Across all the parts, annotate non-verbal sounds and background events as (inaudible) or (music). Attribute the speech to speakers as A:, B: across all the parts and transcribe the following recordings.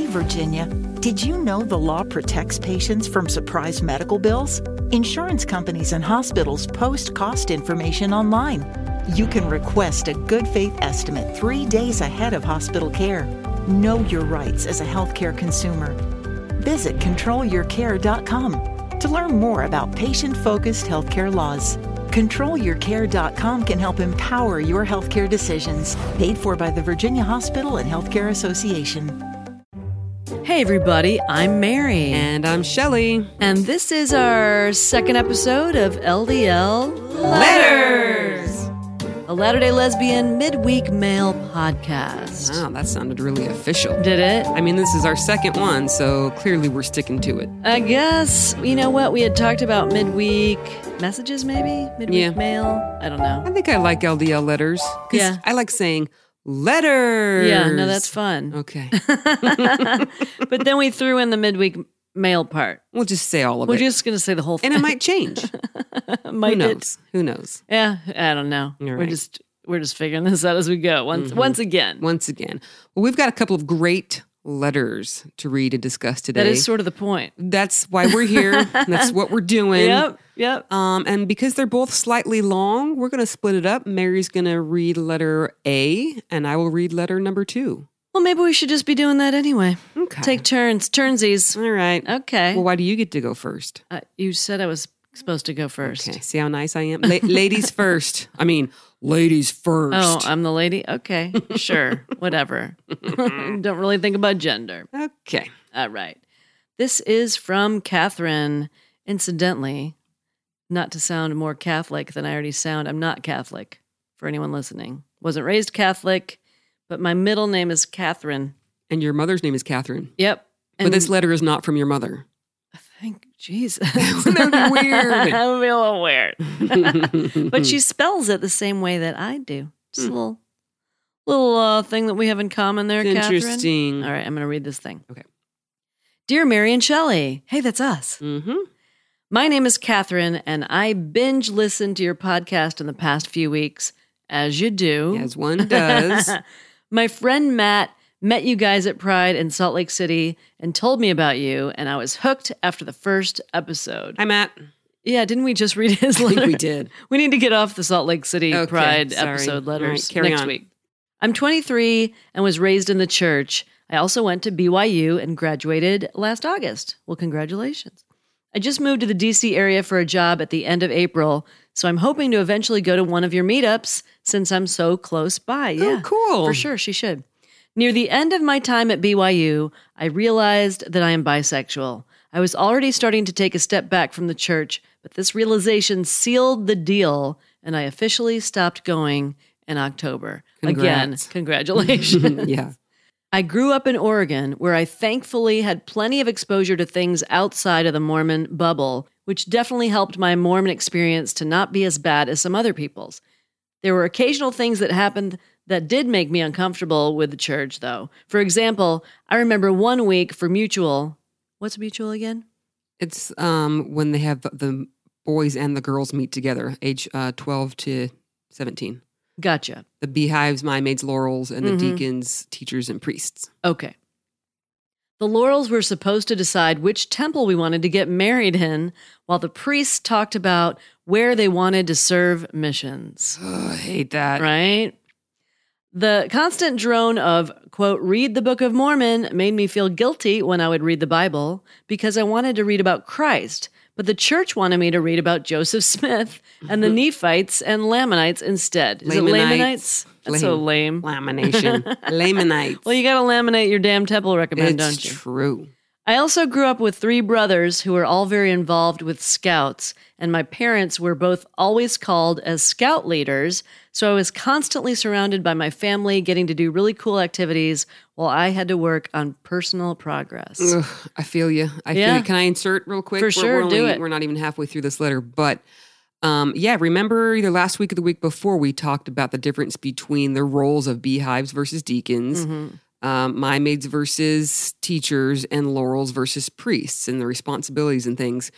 A: Virginia. Did you know the law protects patients from surprise medical bills? Insurance companies and hospitals post cost information online. You can request a good faith estimate three days ahead of hospital care. Know your rights as a healthcare consumer. Visit controlyourcare.com to learn more about patient focused healthcare laws. ControlYourCare.com can help empower your healthcare decisions. Paid for by the Virginia Hospital and Healthcare Association.
B: Hey, everybody, I'm Mary.
C: And I'm Shelly.
B: And this is our second episode of LDL
C: Letters,
B: a Latter day Lesbian Midweek Mail podcast.
C: Wow, that sounded really official.
B: Did it?
C: I mean, this is our second one, so clearly we're sticking to it.
B: I guess, you know what? We had talked about midweek messages, maybe? Midweek
C: Yeah.
B: mail? I don't
C: I
B: know.
C: think I like LDL letters 'cause
B: Yeah.
C: I like saying letters.
B: Yeah, no, that's fun.
C: Okay.
B: but then we threw in the midweek mail part.
C: we'll just say
B: (laughs)
C: all of
B: We're
C: it.
B: just going to say the whole thing.
C: and it
B: (laughs)
C: might change. Who
B: Might it?
C: knows? Who knows?
B: Yeah, I don't know.
C: You're
B: We're
C: right. Mm-hmm.
B: just we're just figuring this out as we go. Once once again,
C: Once again, well, we've got a couple of great letters to read and discuss today.
B: that is sort of the point.
C: That's why
B: (laughs)
C: we're here. that's what we're doing.
B: Yep, yep.
C: Um, and because they're both slightly long, we're going to split it up. Mary's going to read letter A, and I will read letter number two.
B: Well, maybe we should just be doing that anyway.
C: Okay.
B: Take turns, turnsies.
C: All right.
B: Okay.
C: Well, why do you get to go first?
B: uh, you said I was supposed to go first.
C: Okay. See how nice I am? La- (laughs) ladies first. I mean, ladies first.
B: Oh, I'm the lady. Okay, sure, whatever. (laughs) Don't really think about gender.
C: okay.
B: All right. This is from Catherine. Incidentally, not to sound more Catholic than I already sound, I'm not Catholic for anyone listening. Wasn't raised Catholic, but my middle name is Catherine.
C: And your mother's name is Catherine.
B: Yep. And
C: but this letter is not from your mother.
B: thank
C: (laughs)
B: Jesus.
C: That would
B: (laughs)
C: be weird.
B: that would be a little weird. (laughs) but
C: (laughs)
B: she spells it the same way that I do. Just
C: Hmm.
B: a little little uh, thing that we have in common there, Catherine.
C: Interesting.
B: All right, I'm going to read this thing.
C: Okay.
B: Dear Mary and Shelley, hey, that's us.
C: Mm-hmm.
B: My name is Catherine, and I binge listened to your podcast in the past few weeks, as you do.
C: As one does.
B: (laughs) My friend Matt met you guys at Pride in Salt Lake City and told me about you, and I was hooked after the first episode.
C: (laughs) Hi, Matt.
B: yeah, didn't we just read (laughs) his letter?
C: we did.
B: We need to get off the Salt Lake City
C: Okay,
B: Pride
C: sorry.
B: episode
C: All right,
B: letters
C: carry
B: next
C: on.
B: week. I'm 23 and was raised in the church. I also went to BYU and graduated last August. Well, congratulations. I just moved to the DC area for a job at the end of April, so I'm hoping to eventually go to one of your meetups since I'm so close by. Yeah.
C: Oh, cool.
B: For sure, she should. Near the end of my time at BYU, I realized that I am bisexual. I was already starting to take a step back from the church, but this realization sealed the deal, and I officially stopped going in October. Again,
C: Congrats. (laughs)
B: congratulations.
C: (laughs) Yeah.
B: I grew up in Oregon, where I thankfully had plenty of exposure to things outside of the Mormon bubble, which definitely helped my Mormon experience to not be as bad as some other people's. There were occasional things that happened that did make me uncomfortable with the church, though. For example, I remember one week for mutual. What's mutual again?
C: It's um when they have the, the boys and the girls meet together, age uh, 12 to 17.
B: Gotcha.
C: the beehives, my maids, laurels, and the
B: Mhm.
C: deacons, teachers, and priests.
B: Okay. The Laurels were supposed to decide which temple we wanted to get married in, while the priests talked about where they wanted to serve missions.
C: Ugh, I hate that.
B: Right? The constant drone of, quote, read the Book of Mormon made me feel guilty when I would read the Bible because I wanted to read about Christ, but the church wanted me to read about Joseph Smith and the Nephites and Lamanites instead. Is it Lamanites?
C: Lamanites.
B: That's so
C: Lame.
B: lame.
C: (laughs) Lamination. Lamanites.
B: Well, you got to laminate your damn temple recommend,
C: it's
B: don't you?
C: true.
B: I also grew up with three brothers who were all very involved with scouts, and my parents were both always called as scout leaders, so I was constantly surrounded by my family getting to do really cool activities while I had to work on personal progress.
C: Ugh, I feel you. I feel
B: Yeah.
C: you. Can I insert real quick?
B: For sure,
C: we're
B: do it.
C: We're not even halfway through this letter, but um, yeah. Remember either last week or the week before we talked about the difference between the roles of beehives versus deacons.
B: Mm-hmm.
C: Um, my maids versus teachers and laurels versus priests and the responsibilities and things.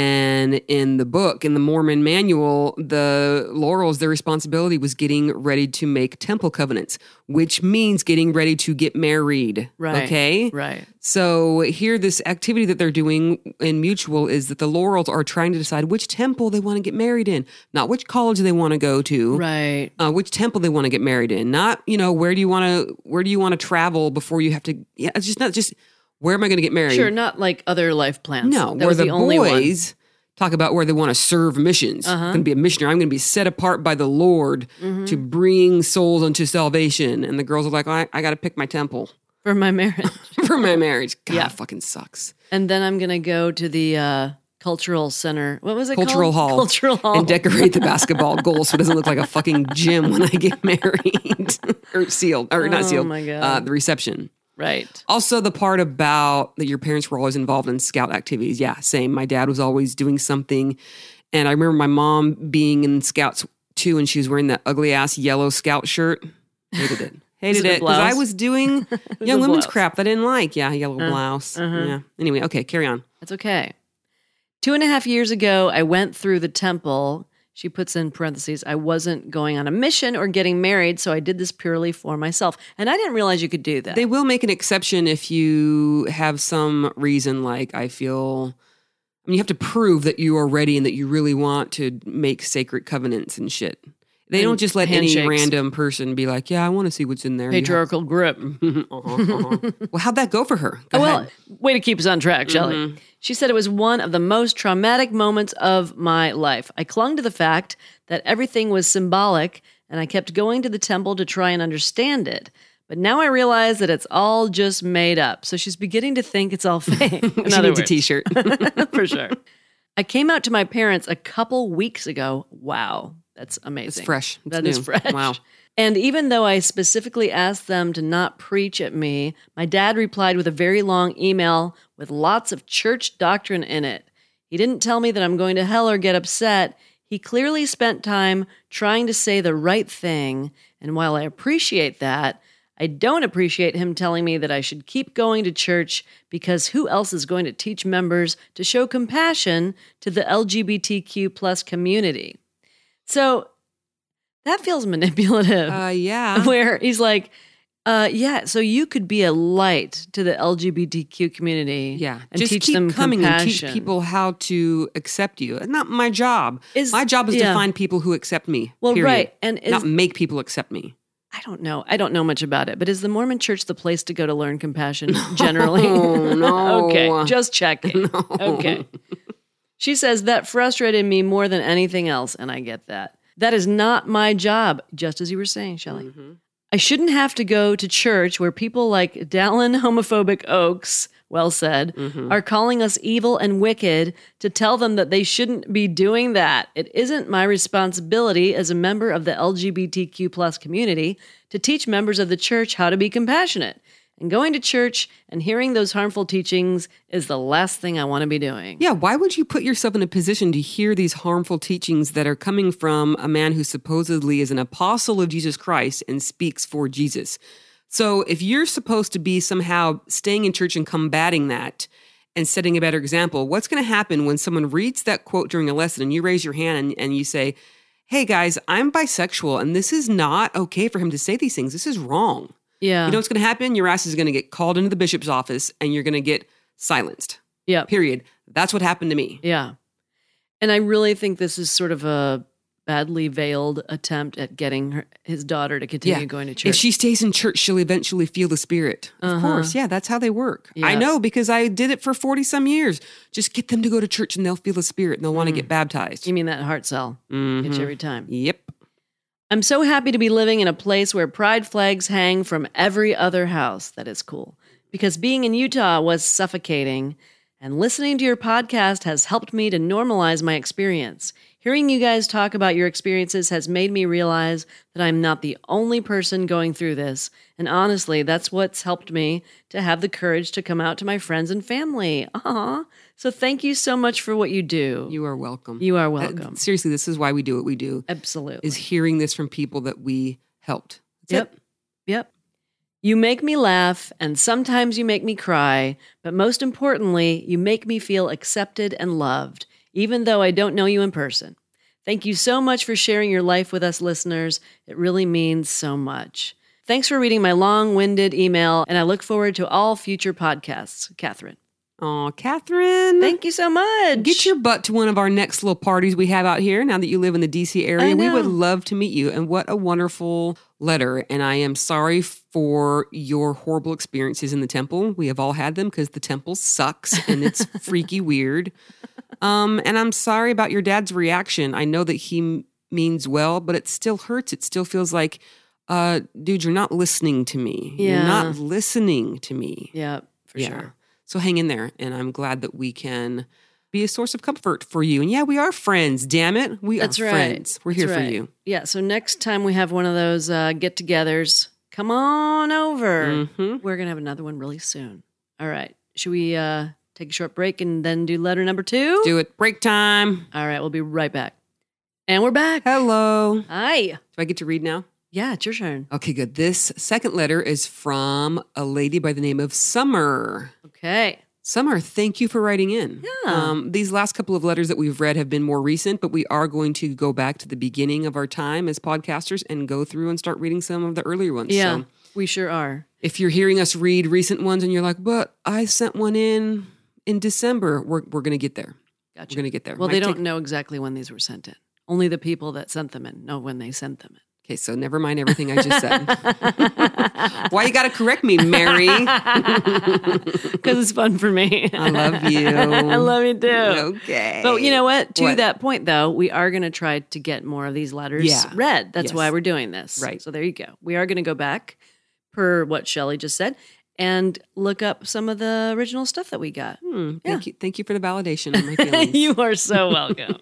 C: And in the book, in the Mormon manual, the laurels, their responsibility was getting ready to make temple covenants, which means getting ready to get married.
B: Right.
C: Okay.
B: Right.
C: So here, this activity that they're doing in Mutual is that the Laurels are trying to decide which temple they want to get married in, not which college they want to go to,
B: Right.
C: uh, which temple they want to get married in, not you know where do you want to where do you want to travel before you have to. Yeah, it's just not just where am I going to get married?
B: Sure. Not like other life plans.
C: No,
B: that
C: where
B: was
C: the,
B: the, only one. Uh-huh.
C: boys talk about where they want to serve missions. I'm going to be a missionary. I'm going to be set apart by the Lord
B: Mm-hmm.
C: to bring souls unto salvation. And the girls are like, I, I got to pick my temple (laughs)
B: for my marriage. (laughs)
C: for my marriage. God,
B: Yeah.
C: fucking sucks.
B: and then I'm going to go to the uh, cultural center. What was it
C: Cultural
B: called?
C: hall.
B: Cultural hall.
C: And decorate the basketball goal so it doesn't look like a fucking gym when I get married (laughs) or sealed or not
B: Oh
C: sealed.
B: my God.
C: Uh, the reception.
B: right.
C: Also, the part about that your parents were always involved in scout activities. Yeah, same. My dad was always doing something. And I remember my mom being in scouts too, and she was wearing that ugly ass yellow scout shirt.
B: (laughs)
C: Hated it.
B: Was
C: Hated
B: it a
C: it. Because I
B: blouse? (laughs)
C: was doing young
B: a
C: women's
B: blouse. Uh-huh.
C: crap that I didn't like. Yeah, yellow blouse. Yeah. Anyway, okay, carry on.
B: That's okay. Two and a half years ago, I went through the temple. She puts in parentheses, I wasn't going on a mission or getting married, so I did this purely for myself. And I didn't realize you could do that.
C: They will make an exception if you have some reason like I feel I mean you have to prove that you are ready and that you really want to make sacred covenants and shit. They
B: And
C: don't just let any
B: handshakes.
C: random person be like, "Yeah, I want to see what's in there." You have-
B: Patriarchal grip.
C: well, how'd that go for her? Go
B: Oh, well,
C: ahead. Mm-hmm.
B: way to keep us on track, Shelley. She said it was one of the most traumatic moments of my life. I clung to the fact that everything was symbolic, and I kept going to the temple to try and understand it. But now I realize that it's all just made up. So she's beginning to think it's all (laughs) fake. In
C: (laughs) she
B: other
C: needs
B: words.
C: a T-shirt.
B: (laughs)
C: (laughs)
B: for sure. I came out to my parents a couple weeks ago. Wow, that's amazing.
C: fresh. It's
B: That is
C: new.
B: fresh.
C: Wow.
B: And even though I specifically asked them to not preach at me, my dad replied with a very long email with lots of church doctrine in it. He didn't tell me that I'm going to hell or get upset. He clearly spent time trying to say the right thing. And while I appreciate that, I don't appreciate him telling me that I should keep going to church because who else is going to teach members to show compassion to the LGBTQ plus community? So that feels manipulative.
C: Uh, yeah.
B: (laughs) where he's like, uh, yeah, so you could be a light to the LGBTQ community,
C: Yeah,
B: and
C: just
B: teach
C: keep
B: them
C: coming
B: compassion.
C: and teach people how to accept you. And Not my job.
B: Is-
C: my job is
B: yeah.
C: to find people who accept me.
B: Well,
C: period.
B: right, and is-
C: not make people accept me.
B: I don't know. I don't know much about it, but is the Mormon Church the place to go to learn
C: (laughs)
B: compassion generally?
C: Oh, no.
B: (laughs) okay, just
C: (laughs)
B: checking. Okay. She says that frustrated me more than anything else, and I get that. That is not my job, just as you were saying, Shelley. I shouldn't have to go to church where people like Dallin homophobic Oaks, well said,
C: Mm-hmm.
B: are calling us evil and wicked to tell them that they shouldn't be doing that. It isn't my responsibility as a member of the LGBTQ plus community to teach members of the church how to be compassionate. And going to church and hearing those harmful teachings is the last thing I want to be doing.
C: Yeah, why would you put yourself in a position to hear these harmful teachings that are coming from a man who supposedly is an apostle of Jesus Christ and speaks for Jesus? So, if you're supposed to be somehow staying in church and combating that and setting a better example, what's going to happen when someone reads that quote during a lesson and you raise your hand and, and you say, Hey guys, I'm bisexual and this is not okay for him to say these things. This is wrong.
B: Yeah.
C: You know what's going to happen? Your ass is going to get called into the bishop's office and you're going to get silenced
B: yeah.
C: period. That's what happened to me.
B: Yeah. And I really think this is sort of a badly veiled attempt at getting her, his daughter to continue going to church.
C: If she stays in church, she'll eventually feel the spirit. Of course. Yeah, that's how they work. I
B: Uh-huh. Yeah.
C: know because I did it for 40 some years. Just get them to go to church and they'll feel the spirit and they'll want to get baptized.
B: Mm. you mean that heart cell?
C: Mhm.
B: Hits you every time.
C: Yep.
B: I'm so happy to be living in a place where pride flags hang from every other house. That is cool. Because being in Utah was suffocating, and listening to your podcast has helped me to normalize my experience. Hearing you guys talk about your experiences has made me realize that I'm not the only person going through this. And honestly, that's what's helped me to have the courage to come out to my friends and family. Aw. So thank you so much for what you do. You,
C: You are welcome.
B: are
C: Uh,
B: welcome.
C: seriously, this is why we do what we do,
B: Absolutely.
C: is hearing this from people that we helped. That's
B: Yep.
C: it.
B: Yep. You make me laugh, and sometimes you make me cry, but most importantly, you make me feel accepted and loved, even though I don't know you in person. Thank you so much for sharing your life with us listeners. It really means so much. Thanks for reading my long winded email, and I look forward to all future podcasts. Catherine.
C: Aw, Catherine.
B: Thank you so much.
C: Get your butt to one of our next little parties we have out here now that you live in the DC area.
B: I
C: We
B: know.
C: would love to meet you. And what a wonderful letter. And I am sorry for your horrible experiences in the temple. We have all had them because the temple sucks and it's
B: (laughs)
C: freaky weird. Um, and I'm sorry about your dad's reaction. I know that he m- means well, but it still hurts. It still feels like, uh, dude, you're not listening to me. You're
B: Yeah.
C: not listening to me.
B: Yeah, for sure.
C: So hang in there. And I'm glad that we can be a source of comfort for you. And yeah, we are friends. Damn it. We
B: That's
C: are
B: right.
C: friends. We're here
B: That's
C: for
B: right.
C: you.
B: Yeah. So next time we have one of those uh, get togethers, come on over.
C: Mhm.
B: We're going to have another one really soon. All right. Should we uh, take a short break and then do letter number two?
C: Do it. Break time.
B: All right. We'll be right back. And we're back.
C: Hello.
B: Hi.
C: Do I get to read now?
B: Yeah, it's your turn.
C: Okay, good. This second letter is from a lady by the name of Summer.
B: Okay.
C: Summer, thank you for writing in.
B: Yeah.
C: Um, these last couple of letters that we've read have been more recent, but we are going to go back to the beginning of our time as podcasters and go through and start reading some of the earlier ones.
B: Yeah.
C: So
B: We sure are.
C: if you're hearing us read recent ones and you're like, but I sent one in in December, we're, we're going to get there.
B: Gotcha.
C: We're going to get there.
B: well,
C: Might
B: they
C: take-
B: don't know exactly when these were sent in. Only the people that sent them in know when they sent them in.
C: okay, so never mind everything I
B: (laughs)
C: just said. Why you got to correct me, Mary?
B: (laughs) Because it's fun for me.
C: I love
B: (laughs)
C: you.
B: I love you too.
C: okay.
B: But you know what? To
C: What?
B: that point, though, we are going to try to get more of these letters
C: Yeah.
B: read. That's
C: Yes.
B: why we're doing this.
C: Right.
B: So there you go. We are going to go back, per what Shelley just said, and look up some of the original stuff that we got.
C: Hmm,
B: Yeah.
C: thank, you, thank you for the validation of my
B: (laughs)
C: feelings.
B: you are
C: (laughs)
B: so welcome.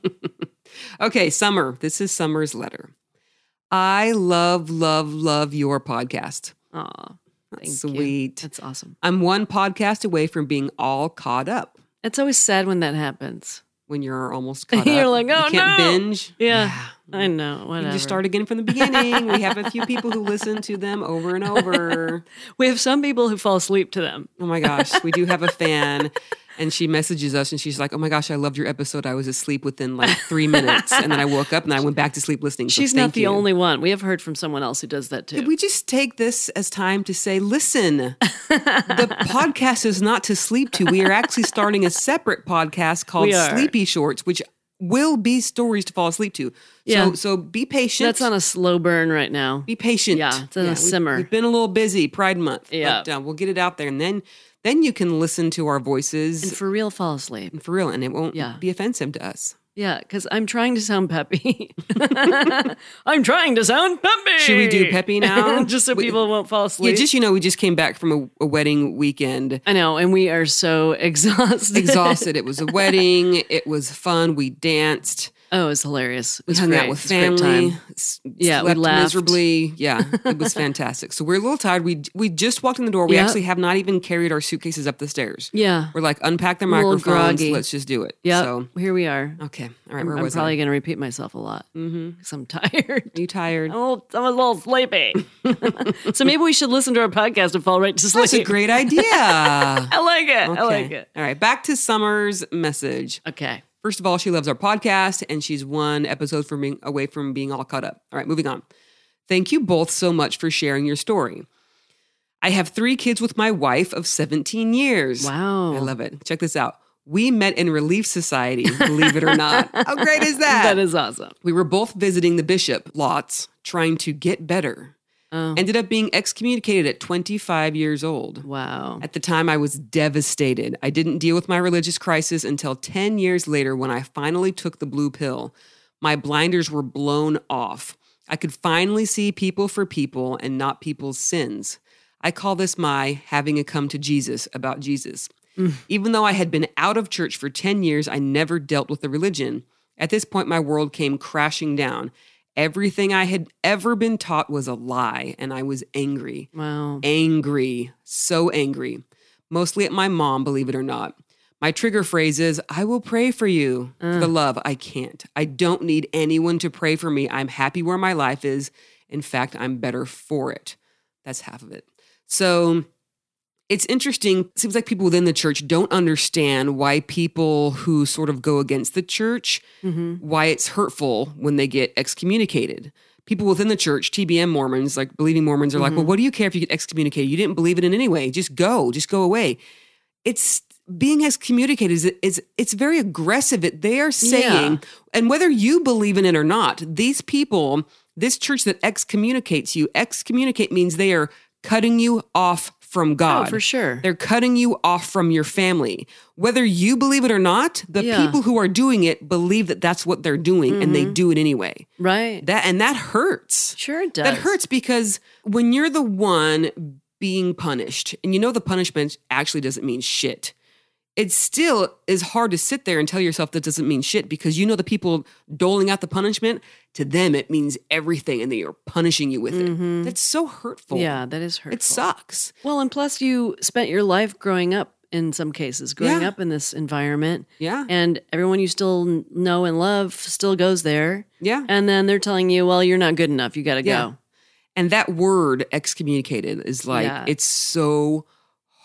C: Okay, Summer. This is Summer's letter. I love, love, love your podcast.
B: Aw, thank you.
C: Sweet.
B: That's awesome.
C: I'm one podcast away from being all caught up.
B: It's always sad when that happens.
C: When you're almost
B: (laughs)
C: caught
B: You're
C: up,
B: like, "Oh,
C: you can't
B: no."
C: binge.
B: Yeah. I know.
C: Mm-hmm. You
B: Whatever.
C: can just start again from the beginning. we have a few people who listen to them over and over.
B: (laughs) we have some people who fall asleep to them.
C: Oh my gosh, we do have a fan. And she messages us and she's like, Oh my gosh, I loved your episode. I was asleep within like three minutes. And then I woke up and I went back to sleep listening. So
B: She's not
C: thank
B: the
C: you.
B: only one. We have heard from someone else who does that too.
C: Could we just take this as time to say,
B: (laughs)
C: Listen, the podcast is not to sleep to. We are actually starting a separate podcast called
B: We are.
C: Sleepy Shorts, which will be stories to fall asleep to.
B: Yeah.
C: So, so be patient.
B: That's on a slow burn right now.
C: be patient.
B: Yeah, it's on a
C: we've-
B: simmer.
C: We've, been a little busy Pride Month.
B: Yeah.
C: but, uh, we'll get it out there, and then then you can listen to our voices
B: And
C: and for,
B: for real, fall asleep.
C: real, and it won't
B: Yeah.
C: be offensive to us.
B: Yeah, because I'm trying to sound peppy. (laughs) I'm trying to sound peppy.
C: Should we do peppy
B: (laughs)
C: now?
B: just so
C: We-
B: people won't fall asleep.
C: Yeah, just you know, we just came back from a, a
B: (laughs)
C: wedding weekend.
B: I know, and we are so exhausted.
C: Exhausted. it was a wedding. It was fun. We danced.
B: (laughs) oh, it's hilarious. It
C: We
B: was
C: hung
B: great.
C: out with
B: It was a great
C: family.
B: time.
C: s-
B: Yeah, we
C: slept
B: laughed.
C: miserably. Yeah, it was fantastic. So we're a little tired. We we just walked in the door. We
B: Yep.
C: actually have not even carried our suitcases up the stairs.
B: Yeah.
C: We're like, unpack the
B: little
C: microphones.
B: groggy.
C: Let's just do it.
B: Yeah.
C: So
B: here we are.
C: okay. All right.
B: I'm,
C: Where
B: I'm
C: was
B: probably
C: I? Mm-hmm.
B: going to repeat myself a lot because I'm tired. (laughs)
C: Are you tired?
B: I'm a, little, I'm a little sleepy. (laughs) so maybe we should listen to our podcast and fall right to sleep.
C: That's a
B: (laughs)
C: great idea.
B: I like it. I like
C: Okay.
B: it.
C: All right. Back to Summer's message.
B: Okay.
C: First of all, she loves our podcast and she's one episode from being away from being all caught up. All right, moving on. Thank you both so much for sharing your story. I have three kids with my wife of 17 years.
B: Wow.
C: I love it. Check this out. We met in Relief Society, believe it or
B: (laughs)
C: not. How great is that?
B: That is awesome.
C: we were both visiting the bishop lots, trying to get better.
B: Oh.
C: Ended up being excommunicated at 25 years old.
B: Wow.
C: At the time, I was devastated. I didn't deal with my religious crisis until 10 years later when I finally took the blue pill. My blinders were blown off. I could finally see people for people and not people's sins. I call this my having a come to Jesus about Jesus. Even though I had been out of church for 10 years, I never dealt with the religion. At this point, my world came crashing down. Everything I had ever been taught was a lie, and I was angry
B: Wow.
C: angry, so angry, mostly at my mom, believe it or not. My trigger phrase is, I will pray for you. For the love, I can't. I don't need anyone to pray for me. I'm happy where my life is. In fact, I'm better for it. That's half of it. So it's interesting. Seems like people within the church don't understand why people who sort of go against the church,
B: Mhm.
C: why it's hurtful when they get excommunicated. People within the church, TBM Mormons, like believing Mormons, are like, well, what do you care if you get excommunicated? You didn't believe it in any way. Just go, just go away. It's being excommunicated is, is it's very aggressive. It, they are saying, and whether you believe in it or not, these people, this church that excommunicates you, excommunicate means they are cutting you off from God.
B: Oh, for sure.
C: They're cutting you off from your family. Whether you believe it or not, the
B: Yeah. Mm-hmm.
C: people who are doing it believe that that's what they're doing and they do it anyway.
B: Right.
C: That and that hurts.
B: sure it does.
C: That hurts because when you're the one being punished and you know the punishment actually doesn't mean shit. It still is hard to sit there and tell yourself that doesn't mean shit because you know the people doling out the punishment to them it means everything and they are punishing you with it. That's so hurtful.
B: Mm-hmm. Yeah, that is hurtful.
C: It sucks.
B: Well, and plus you spent your life growing up in some cases, growing
C: Yeah.
B: up in this environment.
C: Yeah.
B: And everyone you still kn- know and love still goes there.
C: Yeah.
B: And then they're telling you, well, you're not good enough. You got to
C: Yeah.
B: go.
C: And that word excommunicated is like
B: Yeah.
C: it's so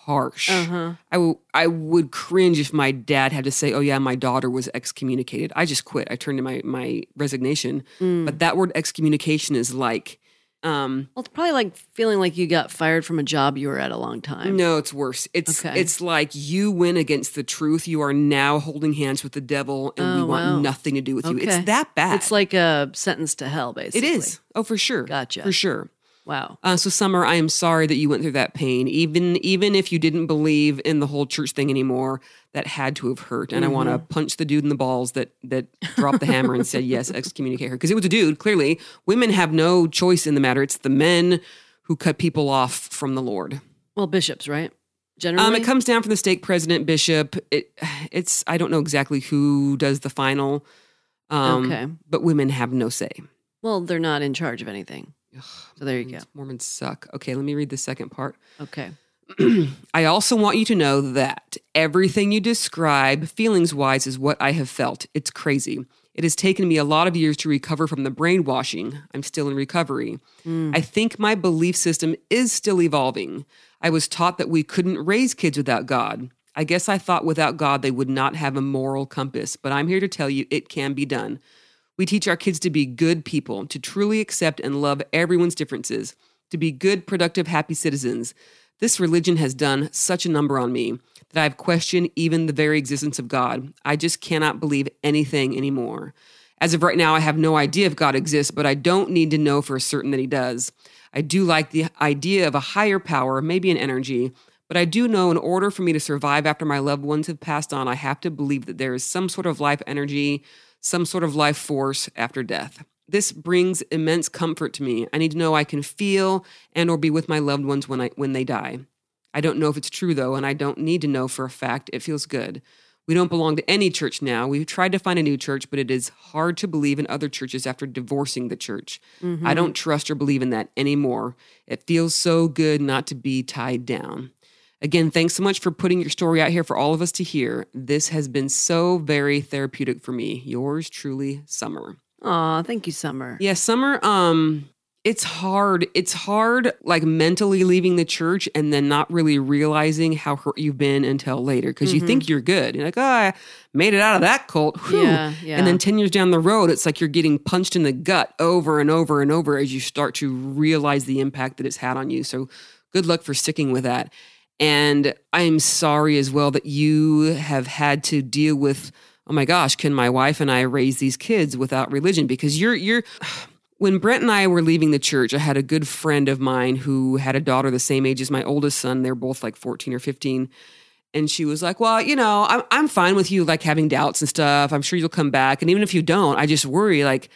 C: harsh. I
B: Uh-huh.
C: w- I would cringe if my dad had to say, "Oh yeah, my daughter was excommunicated." I just quit. I turned in my my resignation.
B: Mm.
C: But that word excommunication is like um
B: Well, it's probably like feeling like you got fired from a job you were at a long time.
C: no, it's worse. It's
B: Okay.
C: it's like you went against the truth. You are now holding hands with the devil and we
B: Oh,
C: want
B: wow.
C: nothing to do with you.
B: Okay.
C: It's that bad.
B: It's like a sentence to hell, basically.
C: it is. Oh, for sure.
B: Gotcha.
C: For sure.
B: Wow.
C: Uh, so Summer, I am sorry that you went through that pain. Even even if you didn't believe in the whole church thing anymore, that had to have hurt. And I want
B: Mm-hmm.
C: to punch the dude in the balls that
B: (laughs)
C: that dropped the hammer and said yes, excommunicate her because it was a dude. Clearly, women have no choice in the matter. It's the men who cut people off from the Lord.
B: Well, bishops, right? Generally.
C: Um, it comes down from the stake president, bishop. It it's I don't know exactly who does the final. Um,
B: Okay.
C: but women have no say.
B: well, they're not in charge of anything. So there you go.
C: Mormons suck. Okay, let me read the second part.
B: Okay.
C: I also want you to know that everything you describe, feelings wise, is what I have felt. It's crazy. It has taken me a lot of years to recover from the brainwashing. I'm still in recovery. I think my belief system is still evolving. I was taught that we couldn't raise kids without God. I guess I thought without God they would not have a moral compass, but I'm here to tell you it can be done. We teach our kids to be good people, to truly accept and love everyone's differences, to be good, productive, happy citizens. This religion has done such a number on me that I've questioned even the very existence of God. I just cannot believe anything anymore. As of right now, I have no idea if God exists, but I don't need to know for certain that he does. I do like the idea of a higher power, maybe an energy, but I do know in order for me to survive after my loved ones have passed on, I have to believe that there is some sort of life energy, some sort of life force after death. This brings immense comfort to me. I need to know I can feel and or be with my loved ones when I when they die. I don't know if it's true though, and I don't need to know for a fact. It feels good. We don't belong to any church now. We've tried to find a new church, but it is hard to believe in other churches after divorcing the church. I don't trust or believe in that anymore. It feels so good not to be tied down. Again, thanks so much for putting your story out here for all of us to hear. This has been so very therapeutic for me. Yours truly, Summer.
B: Aw, thank you, Summer.
C: Yeah, summer. Um, it's hard. It's hard, like mentally leaving the church and then not really realizing how hurt you've been until later because you think you're good. You're like, oh, I made it out of that cult. Whew.
B: Mm-hmm. Yeah, yeah.
C: And then ten years down the road, it's like you're getting punched in the gut over and over and over as you start to realize the impact that it's had on you. So, good luck for sticking with that. And I'm sorry as well that you have had to deal with, oh my gosh, can my wife and I raise these kids without religion? Because you're you're when Brent and I were leaving the church, I had a good friend of mine who had a daughter the same age as my oldest son. They're both like 14 or 15. And she was like, Well, you know, I'm, I'm fine with you like having doubts and stuff. I'm sure you'll come back. And even if you don't, I just worry like,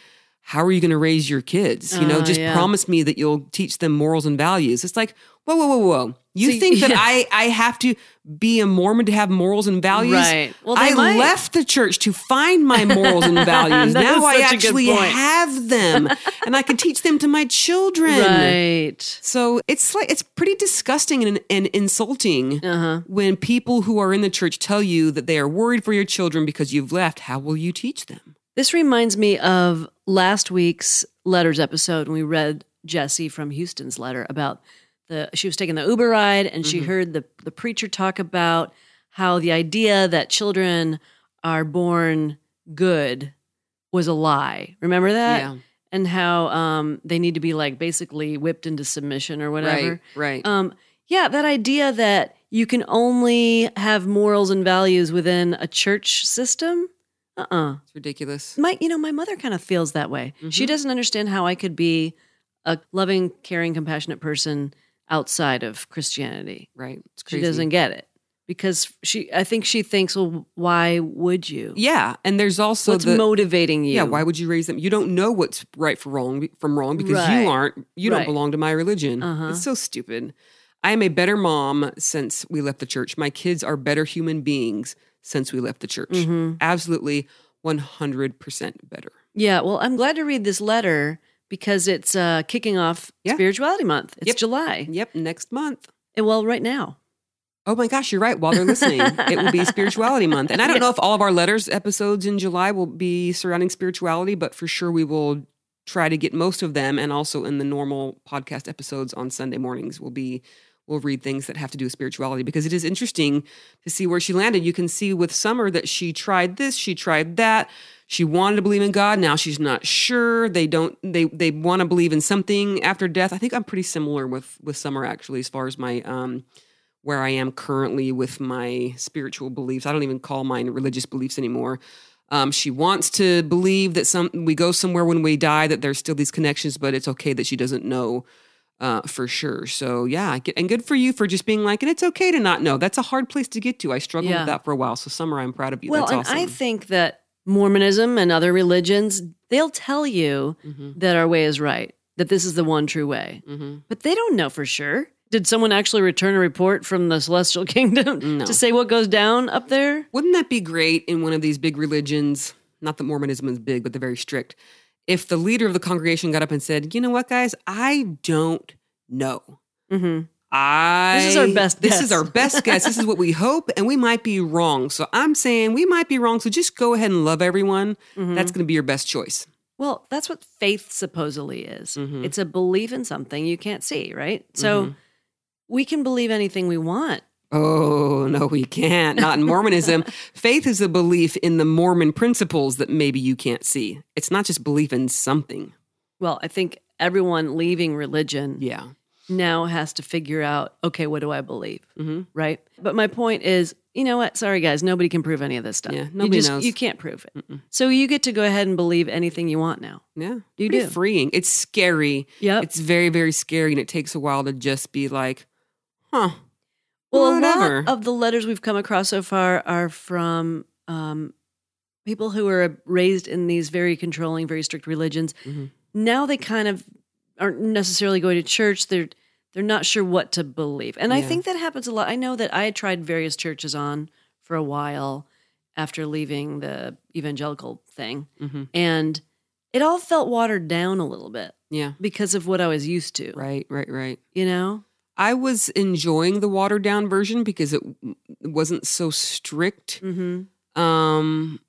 C: how are you going to raise your kids? You know,
B: Uh,
C: just
B: yeah.
C: promise me that you'll teach them morals and values. It's like, whoa, whoa, whoa, whoa. You
B: So,
C: think
B: (laughs)
C: that
B: yeah.
C: I, I have to be a Mormon to have morals and values?
B: Right. Well, they
C: I
B: might.
C: left the church to find my morals and values.
B: (laughs) That is
C: now I
B: such a good
C: actually
B: point.
C: have them and I can teach them to my children.
B: Right.
C: So it's like it's pretty disgusting and, and insulting
B: Uh-huh.
C: when people who are in the church tell you that they are worried for your children because you've left. How will you teach them?
B: This reminds me of last week's letters episode when we read Jesse from Houston's letter about the she was taking the Uber ride and she
C: Mhm.
B: heard the the preacher talk about how the idea that children are born good was a lie. Remember that?
C: yeah.
B: And how um, they need to be like basically whipped into submission or whatever.
C: Right. Right.
B: Um, yeah, that idea that you can only have morals and values within a church system. Uh uh
C: it's ridiculous.
B: My, you know, my mother kind of feels that way. She
C: Mhm.
B: doesn't understand how I could be a loving, caring, compassionate person outside of Christianity.
C: Right. It's
B: She
C: crazy.
B: doesn't get it because she. I think she thinks, well, why would you?
C: Yeah, and there's also
B: What's
C: the
B: motivating you?
C: yeah. Why would you raise them? You don't know what's right for wrong from wrong because
B: Right.
C: you aren't. You
B: Right.
C: don't belong to my religion.
B: Uh-huh.
C: It's so stupid. I am a better mom since we left the church. My kids are better human beings since we left the church.
B: Mhm.
C: Absolutely, one hundred percent better.
B: Yeah, well, I'm glad to read this letter because it's uh, kicking off
C: Yeah.
B: Spirituality Month. It's
C: Yep.
B: July.
C: Yep. Next month.
B: And well, right now.
C: Oh my gosh, you're right. While they're listening, it will be Spirituality Month. And I don't know if all of our letters episodes in July will be surrounding spirituality, but for sure we will try to get most of them. And also in the normal podcast episodes on Sunday mornings, will be we'll read things that have to do with spirituality because it is interesting to see where she landed. You can see with Summer that she tried this, she tried that. She wanted to believe in God. Now she's not sure. They don't. They they want to believe in something after death. I think I'm pretty similar with with Summer actually, as far as my um where I am currently with my spiritual beliefs. I don't even call mine religious beliefs anymore. Um, she wants to believe that some we go somewhere when we die that there's still these connections, but it's okay that she doesn't know uh, for sure. So yeah, g- and good for you for just being like, and it's okay to not know. That's a hard place to get to. I struggled
B: Yeah.
C: with that for a while. So summer, I'm proud of you.
B: well,
C: That's
B: and
C: awesome.
B: I think that Mormonism and other religions, they'll tell you
C: Mhm,
B: that our way is right, that this is the one true way.
C: mhm.
B: But they don't know for sure. Did someone actually return a report from the celestial (laughs) kingdom
C: No.
B: to say what goes down up there?
C: Wouldn't that be great in one of these big religions? Not that Mormonism is big, but they're very strict. If the leader of the congregation got up and said, "You know what, guys? I don't know.
B: hmm
C: I
B: This is our best
C: This
B: guess."
C: is our best guess. This is what we
B: (laughs)
C: hope, and we might be wrong. So I'm saying we might be wrong. So just go ahead and love everyone.
B: Mm-hmm.
C: That's going to be your best choice.
B: Well, that's what faith supposedly is.
C: Mhm.
B: It's a belief in something you can't see, right? So
C: Mhm.
B: we can believe anything we want.
C: Oh no, we can't. Not in
B: (laughs)
C: Mormonism. Faith is a belief in the Mormon principles that maybe you can't see. It's not just belief in something.
B: Well, I think everyone leaving religion
C: Yeah.
B: now has to figure out, okay, what do I believe?
C: hmm
B: Right. But my point is, you know what? Sorry, guys, nobody can prove any of this stuff.
C: Yeah,
B: you
C: nobody knows.
B: You can't prove it.
C: Mm-mm.
B: So you get to go ahead and believe anything you want now.
C: Yeah.
B: You
C: Pretty
B: do.
C: freeing. It's scary.
B: Yep.
C: It's very, very scary. And it takes a while to just be like, huh.
B: well, a
C: whatever.
B: lot of the letters we've come across so far are from um, people who are raised in these very controlling, very strict religions.
C: Mhm.
B: Now they kind of aren't necessarily going to church. They're they're not sure what to believe, and I
C: Yeah.
B: think that happens a lot. I know that I had tried various churches on for a while after leaving the evangelical thing,
C: Mhm.
B: and it all felt watered down a little bit
C: Yeah.
B: because of what I was used to.
C: Right, right, right.
B: You know,
C: I was enjoying the watered down version because it w- wasn't so strict.
B: hmm
C: Um,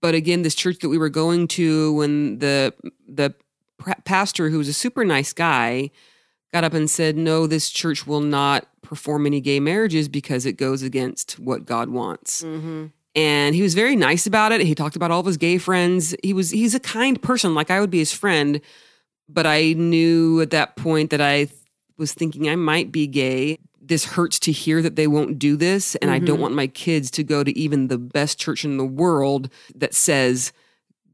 C: but again, this church that we were going to, when the the pra- pastor, who was a super nice guy, got up and said, "No, this church will not perform any gay marriages because it goes against what God wants."
B: hmm
C: and he was very nice about it. He talked about all of his gay friends. He was he's a kind person, like I would be his friend, but I knew at that point that I th- was thinking I might be gay. This hurts to hear that they won't do this, and I
B: Mhm.
C: don't want my kids to go to even the best church in the world that says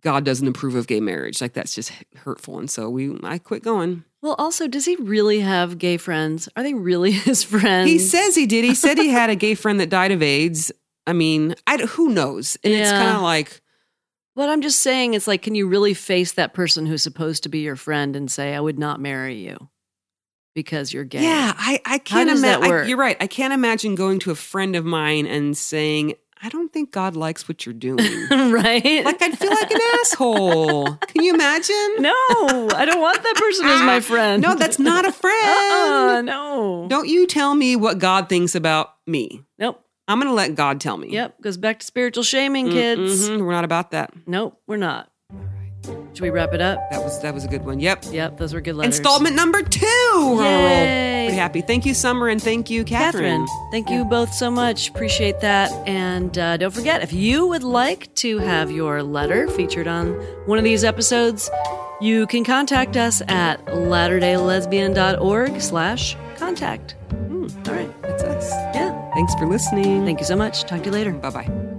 C: God doesn't approve of gay marriage. Like that's just hurtful, and so we I quit going.
B: Well, also, does he really have gay friends? Are they really (laughs) his friends?
C: He says he did. He said he had a gay friend that died of AIDS. I mean, I d who knows? And it's
B: Yeah.
C: kind of like.
B: But I'm just saying, it's like, can you really face that person who's supposed to be your friend and say, I would not marry you because you're gay?
C: Yeah, I, I can't
B: does that
C: imagine.
B: work?
C: You're right. I can't imagine going to a friend of mine and saying, I don't think God likes what
B: (laughs)
C: you're doing.
B: (laughs) right?
C: like, I'd feel like an asshole. Can you imagine?
B: (laughs) no, I don't want that person as my friend.
C: Ah, No, that's not a friend.
B: (laughs) Uh-uh, no.
C: Don't you tell me what God thinks about me.
B: Nope.
C: I'm going to let God tell me.
B: Yep. Goes back to spiritual shaming, kids.
C: Mhm, We're not about that.
B: Nope, we're not.
C: All right.
B: Should we wrap it up?
C: That was that was a good one. Yep.
B: Yep, those were good letters.
C: Installment number two. We're on a roll.
B: Yay.
C: Pretty happy. Thank you, Summer, and thank you, Catherine.
B: Catherine, thank you both so much. Appreciate that. And uh, don't forget, if you would like to have your letter featured on one of these episodes, you can contact us at latterdaylesbian.org slash contact.
C: Mm. That's us.
B: Yeah.
C: Thanks for listening.
B: Thank you so much. Talk to you later.
C: Bye bye.